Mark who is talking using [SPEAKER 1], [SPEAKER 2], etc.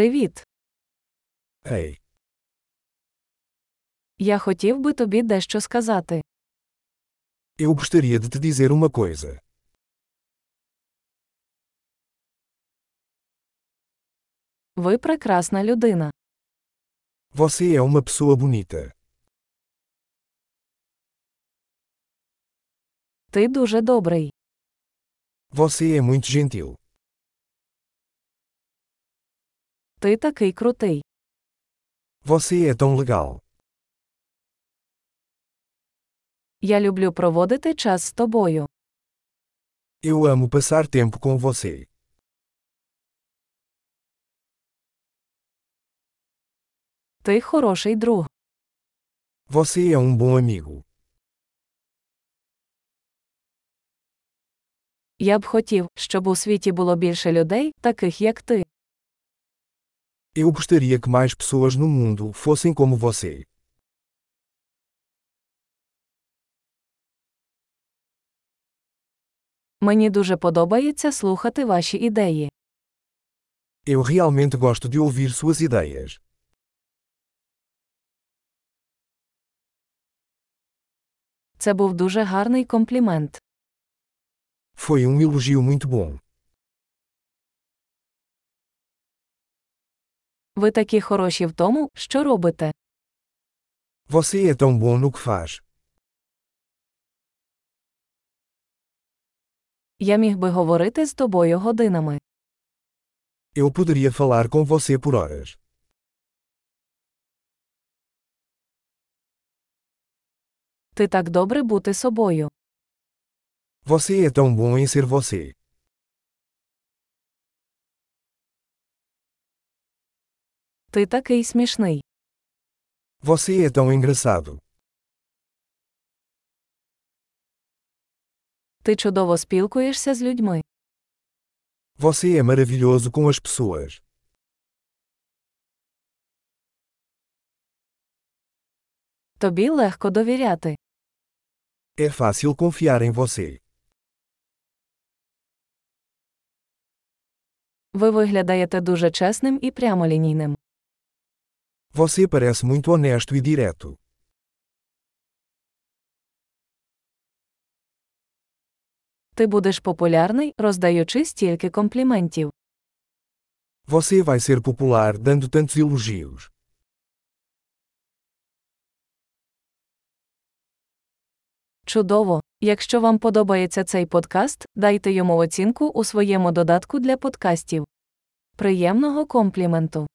[SPEAKER 1] Привіт.
[SPEAKER 2] Ей,
[SPEAKER 1] Я хотів би тобі дещо сказати.
[SPEAKER 2] eu gostaria de te dizer uma coisa.
[SPEAKER 1] Ви прекрасна людина.
[SPEAKER 2] Você é uma pessoa bonita.
[SPEAKER 1] Ти дуже добрий.
[SPEAKER 2] Você é muito gentil.
[SPEAKER 1] Ти такий крутий.
[SPEAKER 2] Você é tão legal.
[SPEAKER 1] Я люблю проводити час з тобою.
[SPEAKER 2] Eu amo passar tempo com você.
[SPEAKER 1] Ти хороший друг.
[SPEAKER 2] Você é um bom amigo.
[SPEAKER 1] Я б хотів, щоб у світі було більше людей, таких як ти.
[SPEAKER 2] Eu gostaria que mais pessoas no mundo fossem como você.
[SPEAKER 1] Мені дуже подобається слухати ваші ідеї.
[SPEAKER 2] Eu realmente gosto de ouvir suas ideias.
[SPEAKER 1] Це був дуже гарний комплімент.
[SPEAKER 2] Foi um elogio muito bom.
[SPEAKER 1] Ви такі хороші в тому, що робите.
[SPEAKER 2] Você é tão bom no que faz.
[SPEAKER 1] Я міг би говорити з тобою годинами.
[SPEAKER 2] Eu poderia falar com você por horas.
[SPEAKER 1] Ти так добре бути собою.
[SPEAKER 2] Você é tão bom em ser você.
[SPEAKER 1] Ти такий смішний.
[SPEAKER 2] Você é tão engraçado.
[SPEAKER 1] Ти чудово спілкуєшся з людьми.
[SPEAKER 2] Você é maravilhoso com as pessoas.
[SPEAKER 1] Тобі легко довіряти.
[SPEAKER 2] É fácil confiar em você.
[SPEAKER 1] Ви виглядаєте дуже чесним і прямолінійним.
[SPEAKER 2] Você parece muito honesto e direto.
[SPEAKER 1] Ти будеш популярний, роздаючи стільки компліментів.
[SPEAKER 2] Você vai ser popular dando tantos elogios.
[SPEAKER 1] Чудово! Якщо вам подобається цей подкаст, дайте йому оцінку у своєму додатку для подкастів. Приємного компліменту!